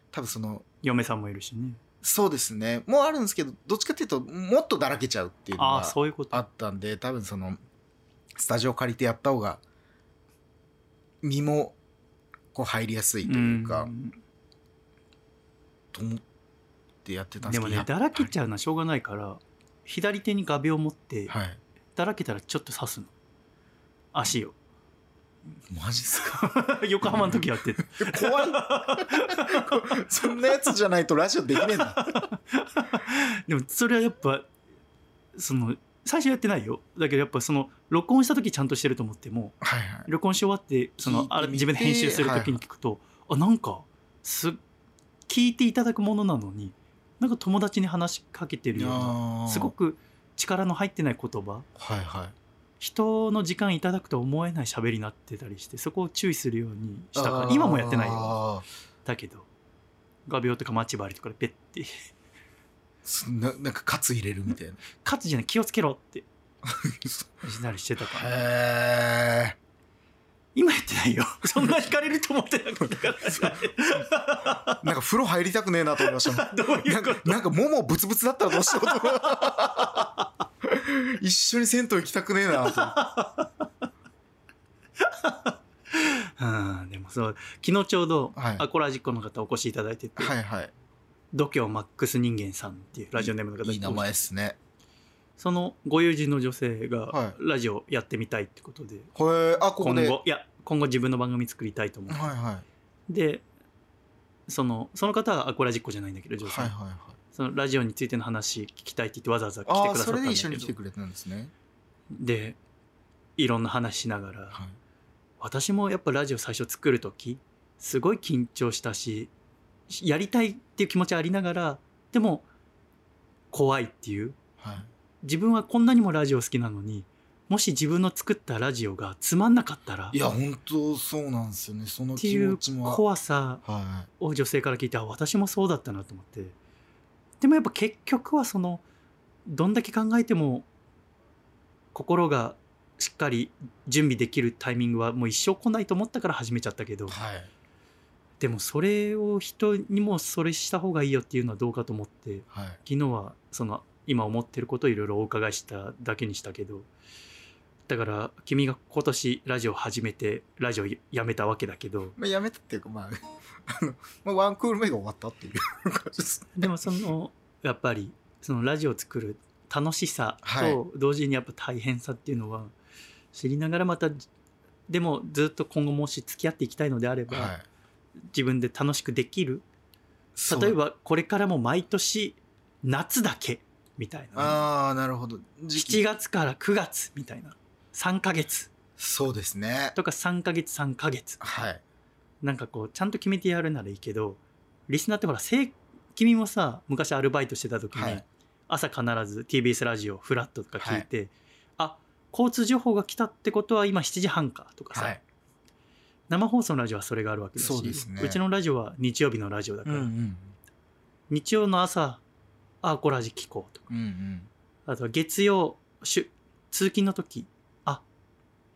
[SPEAKER 2] 多分その
[SPEAKER 1] 嫁さんもいるしね
[SPEAKER 2] そうですねもうあるんですけどどっちかっていうともっとだらけちゃうっていうの
[SPEAKER 1] ああ
[SPEAKER 2] が
[SPEAKER 1] そういうこと
[SPEAKER 2] あったんで多分そのスタジオ借りてやった方が身もこう入りやすいというか、
[SPEAKER 1] ん
[SPEAKER 2] と思ってやってたんで
[SPEAKER 1] ですも
[SPEAKER 2] けどや
[SPEAKER 1] ね
[SPEAKER 2] っぱ
[SPEAKER 1] だらけちゃうのはしょうがないから左手に画鋲を持って
[SPEAKER 2] はい
[SPEAKER 1] だらけたらちょっと刺すの足を
[SPEAKER 2] マジっすか
[SPEAKER 1] 横浜の時やって た
[SPEAKER 2] 怖いそんなやつじゃないとラジオできねえんだ
[SPEAKER 1] でもそれはやっぱその最初やってないよだけどやっぱその録音した時ちゃんとしてると思っても
[SPEAKER 2] はいはい
[SPEAKER 1] 録音し終わってそ
[SPEAKER 2] 聞い
[SPEAKER 1] の
[SPEAKER 2] てみ
[SPEAKER 1] あ
[SPEAKER 2] て
[SPEAKER 1] 自分で編集する時に聞くと、あなんかす聞いていただくものなのになんか友達に話しかけてるような
[SPEAKER 2] あー
[SPEAKER 1] すごく力の入ってない言葉
[SPEAKER 2] はいはい
[SPEAKER 1] 人の時間いただくとは思えない喋りになってたりしてそこを注意するようにしたから
[SPEAKER 2] あー
[SPEAKER 1] 今もやってないよだけど画鋲とか待ち針とかでペッて
[SPEAKER 2] そんななんかカツ入れるみたいな
[SPEAKER 1] 「勝つじゃない気をつけろ」ってしなりしてたから
[SPEAKER 2] へえ
[SPEAKER 1] 今やってないよそんな惹かれると思ってなかった か
[SPEAKER 2] なんか風呂入りたくねえなと思いましたもん
[SPEAKER 1] らどう い
[SPEAKER 2] な
[SPEAKER 1] うんこ
[SPEAKER 2] か
[SPEAKER 1] と、
[SPEAKER 2] なんか、ももブツブツだったらどうしよう と思う。一緒に銭湯行きたくねえなと思って。
[SPEAKER 1] うん、でもそう昨日ちょうど、
[SPEAKER 2] はい
[SPEAKER 1] アコラジッコの方お越しいただいてて、
[SPEAKER 2] はいはい。
[SPEAKER 1] 度胸マックス人間さんっていうラジオネームの方
[SPEAKER 2] いい名前ですね。
[SPEAKER 1] そのご友人の女性
[SPEAKER 2] は
[SPEAKER 1] がラジオやってみたいってことで、
[SPEAKER 2] へえ、あ、ここで。
[SPEAKER 1] 今
[SPEAKER 2] は
[SPEAKER 1] 後いや今後自分の番組作りたいと思
[SPEAKER 2] いは
[SPEAKER 1] う
[SPEAKER 2] い。は
[SPEAKER 1] でそのその方はアコラジッコじゃないんだけど
[SPEAKER 2] い
[SPEAKER 1] 女性、
[SPEAKER 2] はいはい。
[SPEAKER 1] そのラジオについての話聞きたいって言ってわざわざ来て
[SPEAKER 2] あ
[SPEAKER 1] く
[SPEAKER 2] あ、
[SPEAKER 1] ださった
[SPEAKER 2] そ
[SPEAKER 1] んだ
[SPEAKER 2] れ
[SPEAKER 1] け
[SPEAKER 2] で
[SPEAKER 1] ど
[SPEAKER 2] 一緒に来てくれたんですね。
[SPEAKER 1] でいろんな話しながら、
[SPEAKER 2] はい。
[SPEAKER 1] 私もやっぱラジオ最初作る時すごい緊張したしやりたいっていう気持ちありながらでも怖いっていう
[SPEAKER 2] はい。
[SPEAKER 1] 自分はこんなにもラジオ好きなのにもし自分の作ったラジオがつまんなかったら
[SPEAKER 2] いや、
[SPEAKER 1] っ
[SPEAKER 2] 本当そうなんですよね。その
[SPEAKER 1] て
[SPEAKER 2] 気
[SPEAKER 1] い
[SPEAKER 2] 持
[SPEAKER 1] う
[SPEAKER 2] ちも。
[SPEAKER 1] 怖さ
[SPEAKER 2] は
[SPEAKER 1] を女性から聞いてあ私もそうだったなと思ってでもやっぱ結局はそのどんだけ考えても心がしっかり準備できるタイミングはもう一生来ないと思ったから始めちゃったけど
[SPEAKER 2] い。はい。
[SPEAKER 1] でもそれを人にもそれした方がいいよっていうのはどうかと思って
[SPEAKER 2] はい。
[SPEAKER 1] 昨日はその今思ってることをいろいろお伺いしただけにしたけどだから君が今年ラジオ始めてラジオやめたわけだけど
[SPEAKER 2] まあ、やめたっていうか、まあ、 あの、まあ、ワンクール目が終わったっていう 感じです。
[SPEAKER 1] でもそのやっぱりそのラジオを作る楽しさ
[SPEAKER 2] はい
[SPEAKER 1] と同時にやっぱ大変さっていうのは知りながらまたでもずっと今後もし付き合っていきたいのであれば、
[SPEAKER 2] はい。
[SPEAKER 1] 自分で楽しくできる例えばこれからも毎年夏だけみたいな
[SPEAKER 2] ああ、なるほど。時期
[SPEAKER 1] 7月から9月みたいな3ヶ月
[SPEAKER 2] そうですね。
[SPEAKER 1] とか3ヶ月3ヶ月
[SPEAKER 2] はい。
[SPEAKER 1] なんかこうちゃんと決めてやるならいいけどリスナーってほら正君もさ昔アルバイトしてた時に、
[SPEAKER 2] はい
[SPEAKER 1] 朝必ず TBS ラジオフラットとか聞いて、あ交通情報が来たってことは今7時半かとかさ、
[SPEAKER 2] はい。
[SPEAKER 1] 生放送のラジオはそれがあるわけだし
[SPEAKER 2] そうですね
[SPEAKER 1] うちのラジオは日曜日のラジオだから、
[SPEAKER 2] ん。
[SPEAKER 1] 日曜の朝あコラージ聞こうとか
[SPEAKER 2] うんうん。
[SPEAKER 1] あとは月曜し通勤の時あ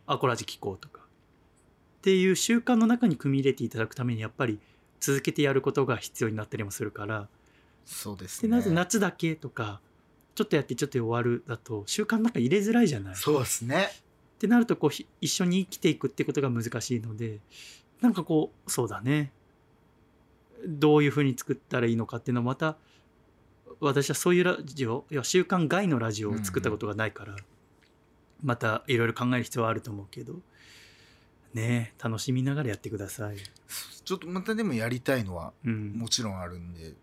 [SPEAKER 1] アコラジ聞こうとかっていう習慣の中に組み入れていただくためにやっぱり続けてやることが必要になったりもするから
[SPEAKER 2] そうです
[SPEAKER 1] で
[SPEAKER 2] ね。
[SPEAKER 1] なぜ夏だけとかちょっとやってちょっとで終わるだと習慣の中入れづらいじゃない。っ
[SPEAKER 2] そうですね
[SPEAKER 1] てなるとこうひ一緒に生きていくってことが難しいのでなんかこうそうだねどういうふうに作ったらいいのかっていうのはまた私はそういうラジオいや習慣外のラジオを作ったことがないから、またいろいろ考える必要はあると思うけどねえ楽しみながらやってください。
[SPEAKER 2] ちょっとまたでもやりたいのは
[SPEAKER 1] うん、
[SPEAKER 2] もちろんあるんで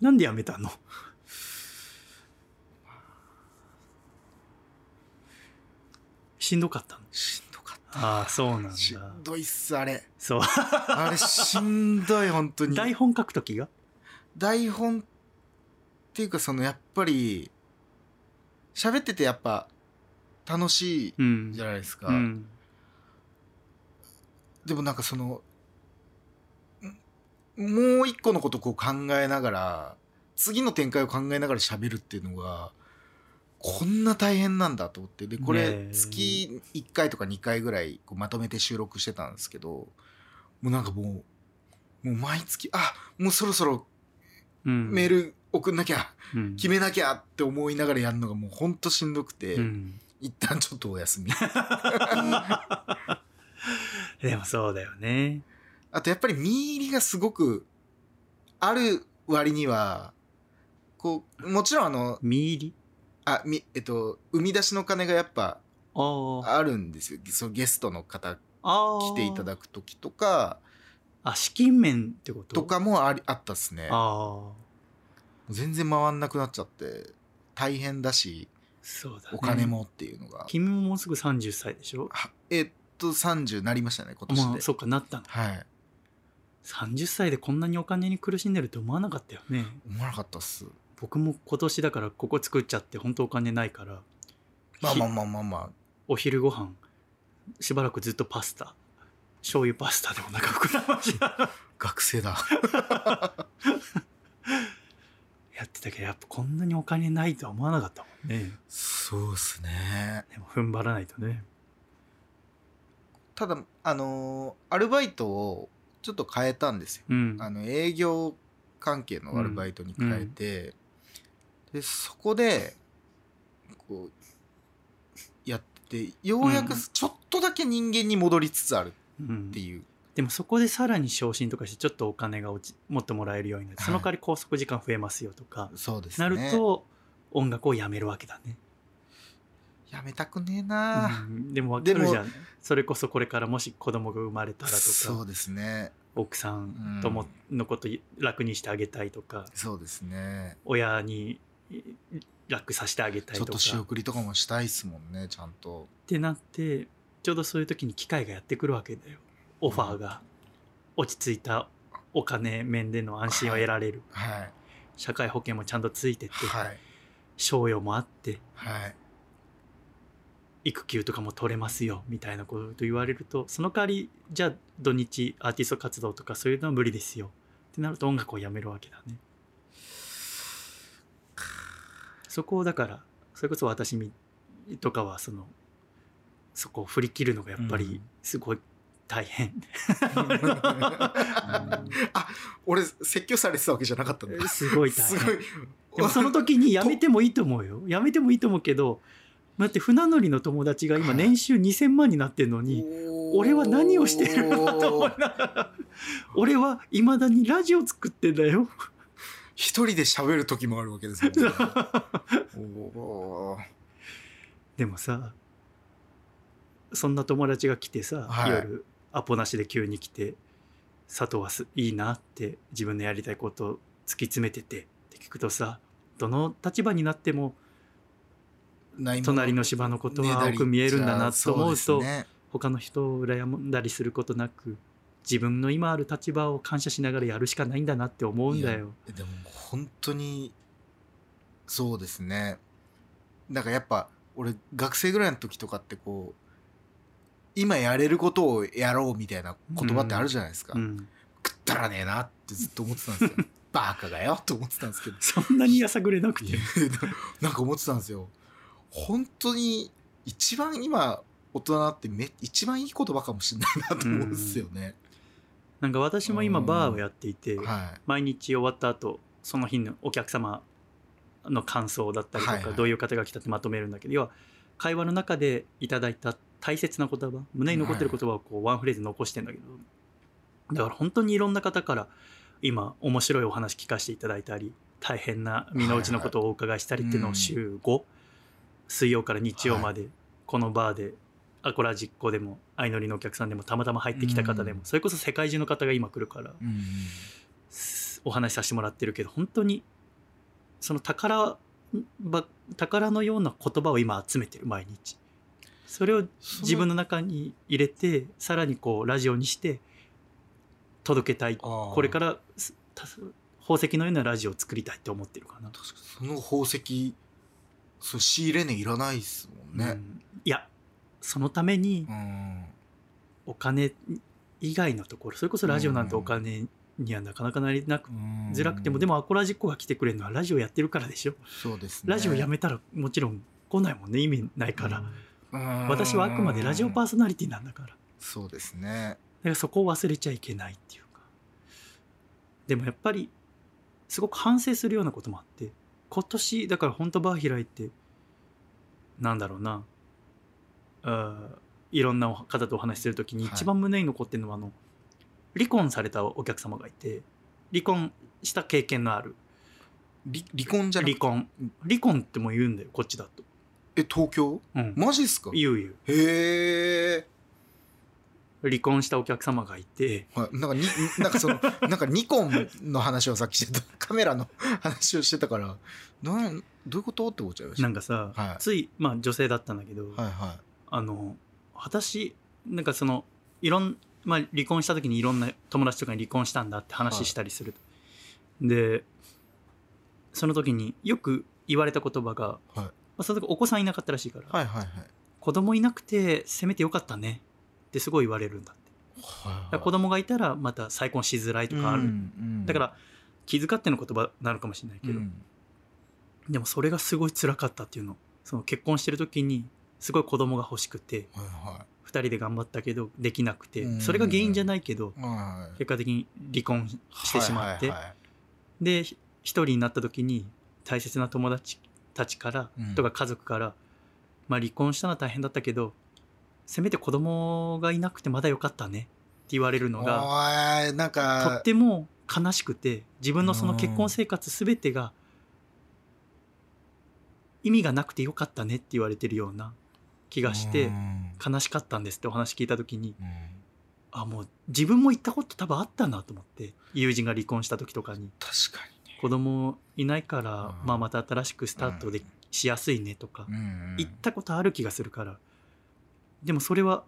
[SPEAKER 1] なんでやめた のしんどかったの
[SPEAKER 2] しんどかっ
[SPEAKER 1] ああそうなんだ
[SPEAKER 2] たしんどいっすあれ
[SPEAKER 1] そう
[SPEAKER 2] あれしんどい本当に
[SPEAKER 1] 台本書く時が
[SPEAKER 2] 台本っていうかそのやっぱり喋っててやっぱ楽しい
[SPEAKER 1] うん
[SPEAKER 2] じゃないですか、
[SPEAKER 1] うん
[SPEAKER 2] でもなんかそのんもう一個のことこう考えながら次の展開を考えながら喋るっていうのがこんな大変なんだと思ってでこ
[SPEAKER 1] ね
[SPEAKER 2] れ
[SPEAKER 1] え
[SPEAKER 2] 月1回とか2回ぐらいこうまとめて収録してたんですけどもうなんかもうもう毎月あもうそろそろ
[SPEAKER 1] うん
[SPEAKER 2] メール送んなきゃ
[SPEAKER 1] うん
[SPEAKER 2] 決めなきゃって思いながらやるのがもうほんとしんどくて、
[SPEAKER 1] うん
[SPEAKER 2] 一旦ちょっとお休み
[SPEAKER 1] でもそうだよね
[SPEAKER 2] あとやっぱり見入りがすごくある割にはこうもちろんあの
[SPEAKER 1] 見入り
[SPEAKER 2] あみえっと生み出しの金がやっぱ
[SPEAKER 1] ああ
[SPEAKER 2] あるんですよそのゲストの方
[SPEAKER 1] ああ
[SPEAKER 2] 来ていただく時とか
[SPEAKER 1] あ資金面ってこと
[SPEAKER 2] とかもありあったっすね
[SPEAKER 1] ああ
[SPEAKER 2] 全然回んなくなっちゃって大変だし
[SPEAKER 1] そうだね
[SPEAKER 2] お金もっていうのが、
[SPEAKER 1] 君ももうすぐ30歳でしょ
[SPEAKER 2] はえっと30なりましたね今年
[SPEAKER 1] まあ
[SPEAKER 2] で、
[SPEAKER 1] そっかなったの
[SPEAKER 2] はい
[SPEAKER 1] 30歳でこんなにお金に苦しんでると思わなかったよね
[SPEAKER 2] 思わなかったっす
[SPEAKER 1] 僕も今年だからここ作っちゃって本当お金ないから
[SPEAKER 2] まあ
[SPEAKER 1] ひ
[SPEAKER 2] まあまあまあまあ
[SPEAKER 1] お昼ご飯しばらくずっとパスタ醤油パスタでお腹膨らましながら
[SPEAKER 2] 学生だ
[SPEAKER 1] やってたけどやっぱこんなにお金ないとは思わなかったもんね
[SPEAKER 2] そうっすね
[SPEAKER 1] でも踏ん張らないとね
[SPEAKER 2] ただあのーアルバイトをちょっと変えたんですよ
[SPEAKER 1] うん
[SPEAKER 2] あの営業関係のアルバイトに変えて、でそこでこうやってようやく
[SPEAKER 1] うん
[SPEAKER 2] ちょっとだけ人間に戻りつつある
[SPEAKER 1] うん
[SPEAKER 2] っていう、
[SPEAKER 1] でもそこでさらに昇進とかしてちょっとお金が落ちもっともらえるようになってその代わり拘束時間増えますよとか、
[SPEAKER 2] そうです
[SPEAKER 1] な
[SPEAKER 2] ね
[SPEAKER 1] ると音楽をやめるわけだね、
[SPEAKER 2] やめたくねえなあ、
[SPEAKER 1] うんでもわかるじ
[SPEAKER 2] で
[SPEAKER 1] ゃんそれこそこれからもし子供が生まれたらと
[SPEAKER 2] そ
[SPEAKER 1] か
[SPEAKER 2] うですね
[SPEAKER 1] 奥さんとものこと楽にしてあげたいとか
[SPEAKER 2] そうですね
[SPEAKER 1] 親にえ楽させてあげたい
[SPEAKER 2] ちょ
[SPEAKER 1] と
[SPEAKER 2] っと
[SPEAKER 1] か
[SPEAKER 2] 仕
[SPEAKER 1] っ
[SPEAKER 2] 送りとかもしたいっすもんねちゃんと
[SPEAKER 1] てなってちょうどそういう時に機会がやってくるわけだよオファーが落ち着いたお金面での安心を得られる
[SPEAKER 2] はい
[SPEAKER 1] 社会保険もちゃんとついてて
[SPEAKER 2] はい
[SPEAKER 1] 賞与もあって
[SPEAKER 2] はい
[SPEAKER 1] 育休とかも取れますよみたいなこと言われるとその代わりじゃあ土日アーティスト活動とかそういうのは無理ですよってなると音楽をやめるわけだねそこをだからそれこそ私みとかはそのそこを振り切るのがやっぱ
[SPEAKER 2] うん
[SPEAKER 1] りすごい大 変、
[SPEAKER 2] あ俺説教されてたわけじゃなかっ たんだ
[SPEAKER 1] すごい大
[SPEAKER 2] す
[SPEAKER 1] 変
[SPEAKER 2] ごい
[SPEAKER 1] でもその時にやめてもいいと思うよやめてもいいと思うけどだって船乗りの友達が今年収2000万になってるの に、俺は何をしているのと思いながら俺はいまだにラジオ作ってんだよ
[SPEAKER 2] 一人で喋る時もあるわけですもんねおー
[SPEAKER 1] でもさそんな友達が来てさ、
[SPEAKER 2] はい
[SPEAKER 1] 夜アポなしで急に来て「佐藤はすいいな」って自分のやりたいことを突き詰めててって聞くとさどの立場になっても
[SPEAKER 2] ないも
[SPEAKER 1] 隣の芝のことは青く見えるんだなと思うと
[SPEAKER 2] そうですね
[SPEAKER 1] 他の人を羨んだりすることなく自分の今ある立場を感謝しながらやるしかないんだなって思うんだよ。
[SPEAKER 2] でも本当にそうですねなんかやっぱ俺学生ぐらいの時とかってこう今やれることをやろうみたいな言葉ってあるじゃないですか、
[SPEAKER 1] うん、
[SPEAKER 2] くったらねえなってずっと思ってたん ですよバカがよと思ってたんですけど
[SPEAKER 1] そんなにやさぐれなく
[SPEAKER 2] い
[SPEAKER 1] て
[SPEAKER 2] やななんか思ってたんですよ本当に一番今大人ってめ一番いい言葉かもしれないなと思うんですよね、
[SPEAKER 1] なんか私も今バーをやっていて、
[SPEAKER 2] は
[SPEAKER 1] 毎日終わった後その日のお客様の感想だったりとか、
[SPEAKER 2] はいはい
[SPEAKER 1] どういう方が来たってまとめるんだけど要は会話の中でいただいた大切な言葉胸に残ってる言葉をこうワンフレーズ残してんだけど、だから本当にいろんな方から今面白いお話聞かせていただいたり大変な身の内のことをお伺いしたりっていうのを
[SPEAKER 2] うん
[SPEAKER 1] 週5、水曜から日曜までこのバーでアコラ実行でも相乗りのお客さんでもたまたま入ってきた方でも、
[SPEAKER 2] うん
[SPEAKER 1] それこそ世界中の方が今来るから
[SPEAKER 2] うん
[SPEAKER 1] すお話しさせてもらってるけど本当にその宝ば宝のような言葉を今集めてる毎日それを
[SPEAKER 2] その
[SPEAKER 1] 自分の中に入れてさらにこうラジオにして届けたい
[SPEAKER 2] あー
[SPEAKER 1] これからすた宝石のようなラジオを作りたいって思ってるかな
[SPEAKER 2] 確かにその宝石そう仕入れ値いらないですもん
[SPEAKER 1] う
[SPEAKER 2] ね、
[SPEAKER 1] んいやそのために
[SPEAKER 2] うん
[SPEAKER 1] お金以外のところそれこそラジオなんてお金にはなかなかなりなく
[SPEAKER 2] うん
[SPEAKER 1] づらくてもでもアコラジックが来てくれるのはラジオやってるからでしょ
[SPEAKER 2] そうです、ね、
[SPEAKER 1] ラジオやめたらもちろん来ないもんね意味ないから、
[SPEAKER 2] うん
[SPEAKER 1] 私はあくまでラジオパーソナリティなんだからだか
[SPEAKER 2] そうですね
[SPEAKER 1] らそこを忘れちゃいけないっていうかでもやっぱりすごく反省するようなこともあって今年だから本当バー開いてなんだろうなあーいろんな方とお話しするときに
[SPEAKER 2] はい
[SPEAKER 1] 一番胸に残ってるのはあの、離婚されたお客様がいて離婚した経験のある
[SPEAKER 2] 離離婚じゃな
[SPEAKER 1] 離
[SPEAKER 2] くて
[SPEAKER 1] 婚離婚っても言うんだよこっちだと、
[SPEAKER 2] え東京
[SPEAKER 1] うん、
[SPEAKER 2] マジっすかへ
[SPEAKER 1] 言う言う
[SPEAKER 2] え、
[SPEAKER 1] 離婚したお客様がいて
[SPEAKER 2] はい、なんかになんかその なんかニコンの話をさっきしてた カメラの話をしてたからなんどういうことって思っちゃいました
[SPEAKER 1] なんかさ、
[SPEAKER 2] はい
[SPEAKER 1] つい、まあ、女性だったんだけど、
[SPEAKER 2] はいは
[SPEAKER 1] あの私なんかそのいろん、まあ、離婚した時にいろんな友達とかに離婚したんだって話したりする、でその時によく言われた言葉が、
[SPEAKER 2] い
[SPEAKER 1] まあ、その時お子さんいなかったらしいから、
[SPEAKER 2] いはいはいはい
[SPEAKER 1] 子供いなくてせめてよかったねってすごい言われるんだってだから子供がいたらまた再婚しづらいとかある、
[SPEAKER 2] うんうん
[SPEAKER 1] だから気遣っての言葉なのかもしれないけ
[SPEAKER 2] う
[SPEAKER 1] ど、
[SPEAKER 2] ん
[SPEAKER 1] でもそれがすごい辛かったっていうのその結婚してる時にすごい子供が欲しくて
[SPEAKER 2] はいは
[SPEAKER 1] 2人で頑張ったけどできなくて
[SPEAKER 2] うん
[SPEAKER 1] それが原因じゃないけど
[SPEAKER 2] いはいはい
[SPEAKER 1] 結果的に離婚してしまって
[SPEAKER 2] はいはいはい
[SPEAKER 1] でひ一人になった時に大切な友達たちから
[SPEAKER 2] うん
[SPEAKER 1] とか家族からまあ離婚したのは大変だったけどせめて子供がいなくてまだよかったねって言われるのが
[SPEAKER 2] おーなん
[SPEAKER 1] と
[SPEAKER 2] か
[SPEAKER 1] っても悲しくて自分のその結婚生活全てが意味がなくてよかったねって言われてるような気がして
[SPEAKER 2] うん
[SPEAKER 1] 悲しかったんですってお話聞いた時に
[SPEAKER 2] うん
[SPEAKER 1] あもう自分も言ったこと多分あったなと思って友人が離婚した時とかに
[SPEAKER 2] 確か
[SPEAKER 1] 子供いないから、
[SPEAKER 2] うん
[SPEAKER 1] まあ、また新しくスタートで、
[SPEAKER 2] うん
[SPEAKER 1] しやすいねとか、
[SPEAKER 2] にうん
[SPEAKER 1] 言ったことある気がするからでもそれは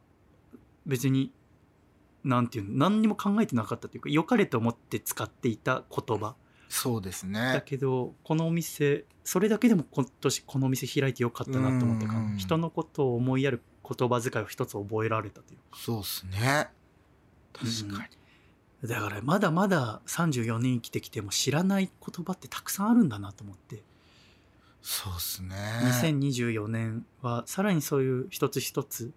[SPEAKER 1] 別になんていうの何にも考えてなかったというか良かれと思って使っていた言葉
[SPEAKER 2] そうです
[SPEAKER 1] だ
[SPEAKER 2] ね
[SPEAKER 1] けどこのお店それだけでも今年このお店開いてよかったなと思ったから、
[SPEAKER 2] うん
[SPEAKER 1] 人のことを思いやる言葉遣いを一つ覚えられたという
[SPEAKER 2] そうですね確かに
[SPEAKER 1] だからまだまだ34年生きてきても知らない言葉ってたくさんあるんだなと思って、
[SPEAKER 2] そうですね
[SPEAKER 1] 2024年はさらにそういう一つ一つ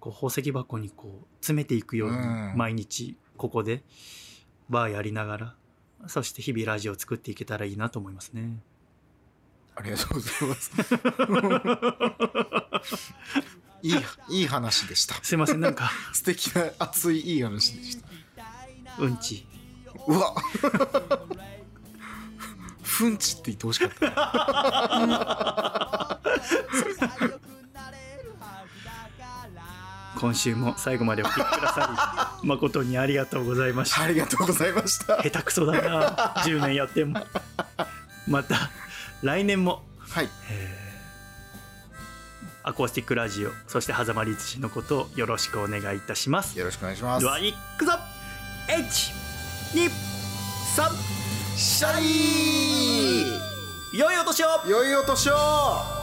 [SPEAKER 1] こう宝石箱にこう詰めていくように
[SPEAKER 2] うん
[SPEAKER 1] 毎日ここでバーやりながらそして日々ラジオを作っていけたらいいなと思いますね。
[SPEAKER 2] ありがとうございます いいいい話でした
[SPEAKER 1] すいませんなんか
[SPEAKER 2] 素敵な熱いいい話でした
[SPEAKER 1] うんち
[SPEAKER 2] うわ ふんちって言ってほしかったな
[SPEAKER 1] 今週も最後までお聴きくださり誠にありがとうございました。
[SPEAKER 2] ありがとうございましたは
[SPEAKER 1] 下手くそだな10年やってもまた来年も
[SPEAKER 2] い
[SPEAKER 1] アコースティックラジオそして狭間律師のことをよろしくお願いいたします
[SPEAKER 2] よろしくお願いします
[SPEAKER 1] ではいくぞ
[SPEAKER 2] シャイ
[SPEAKER 1] 123良いお年を
[SPEAKER 2] 良いお年を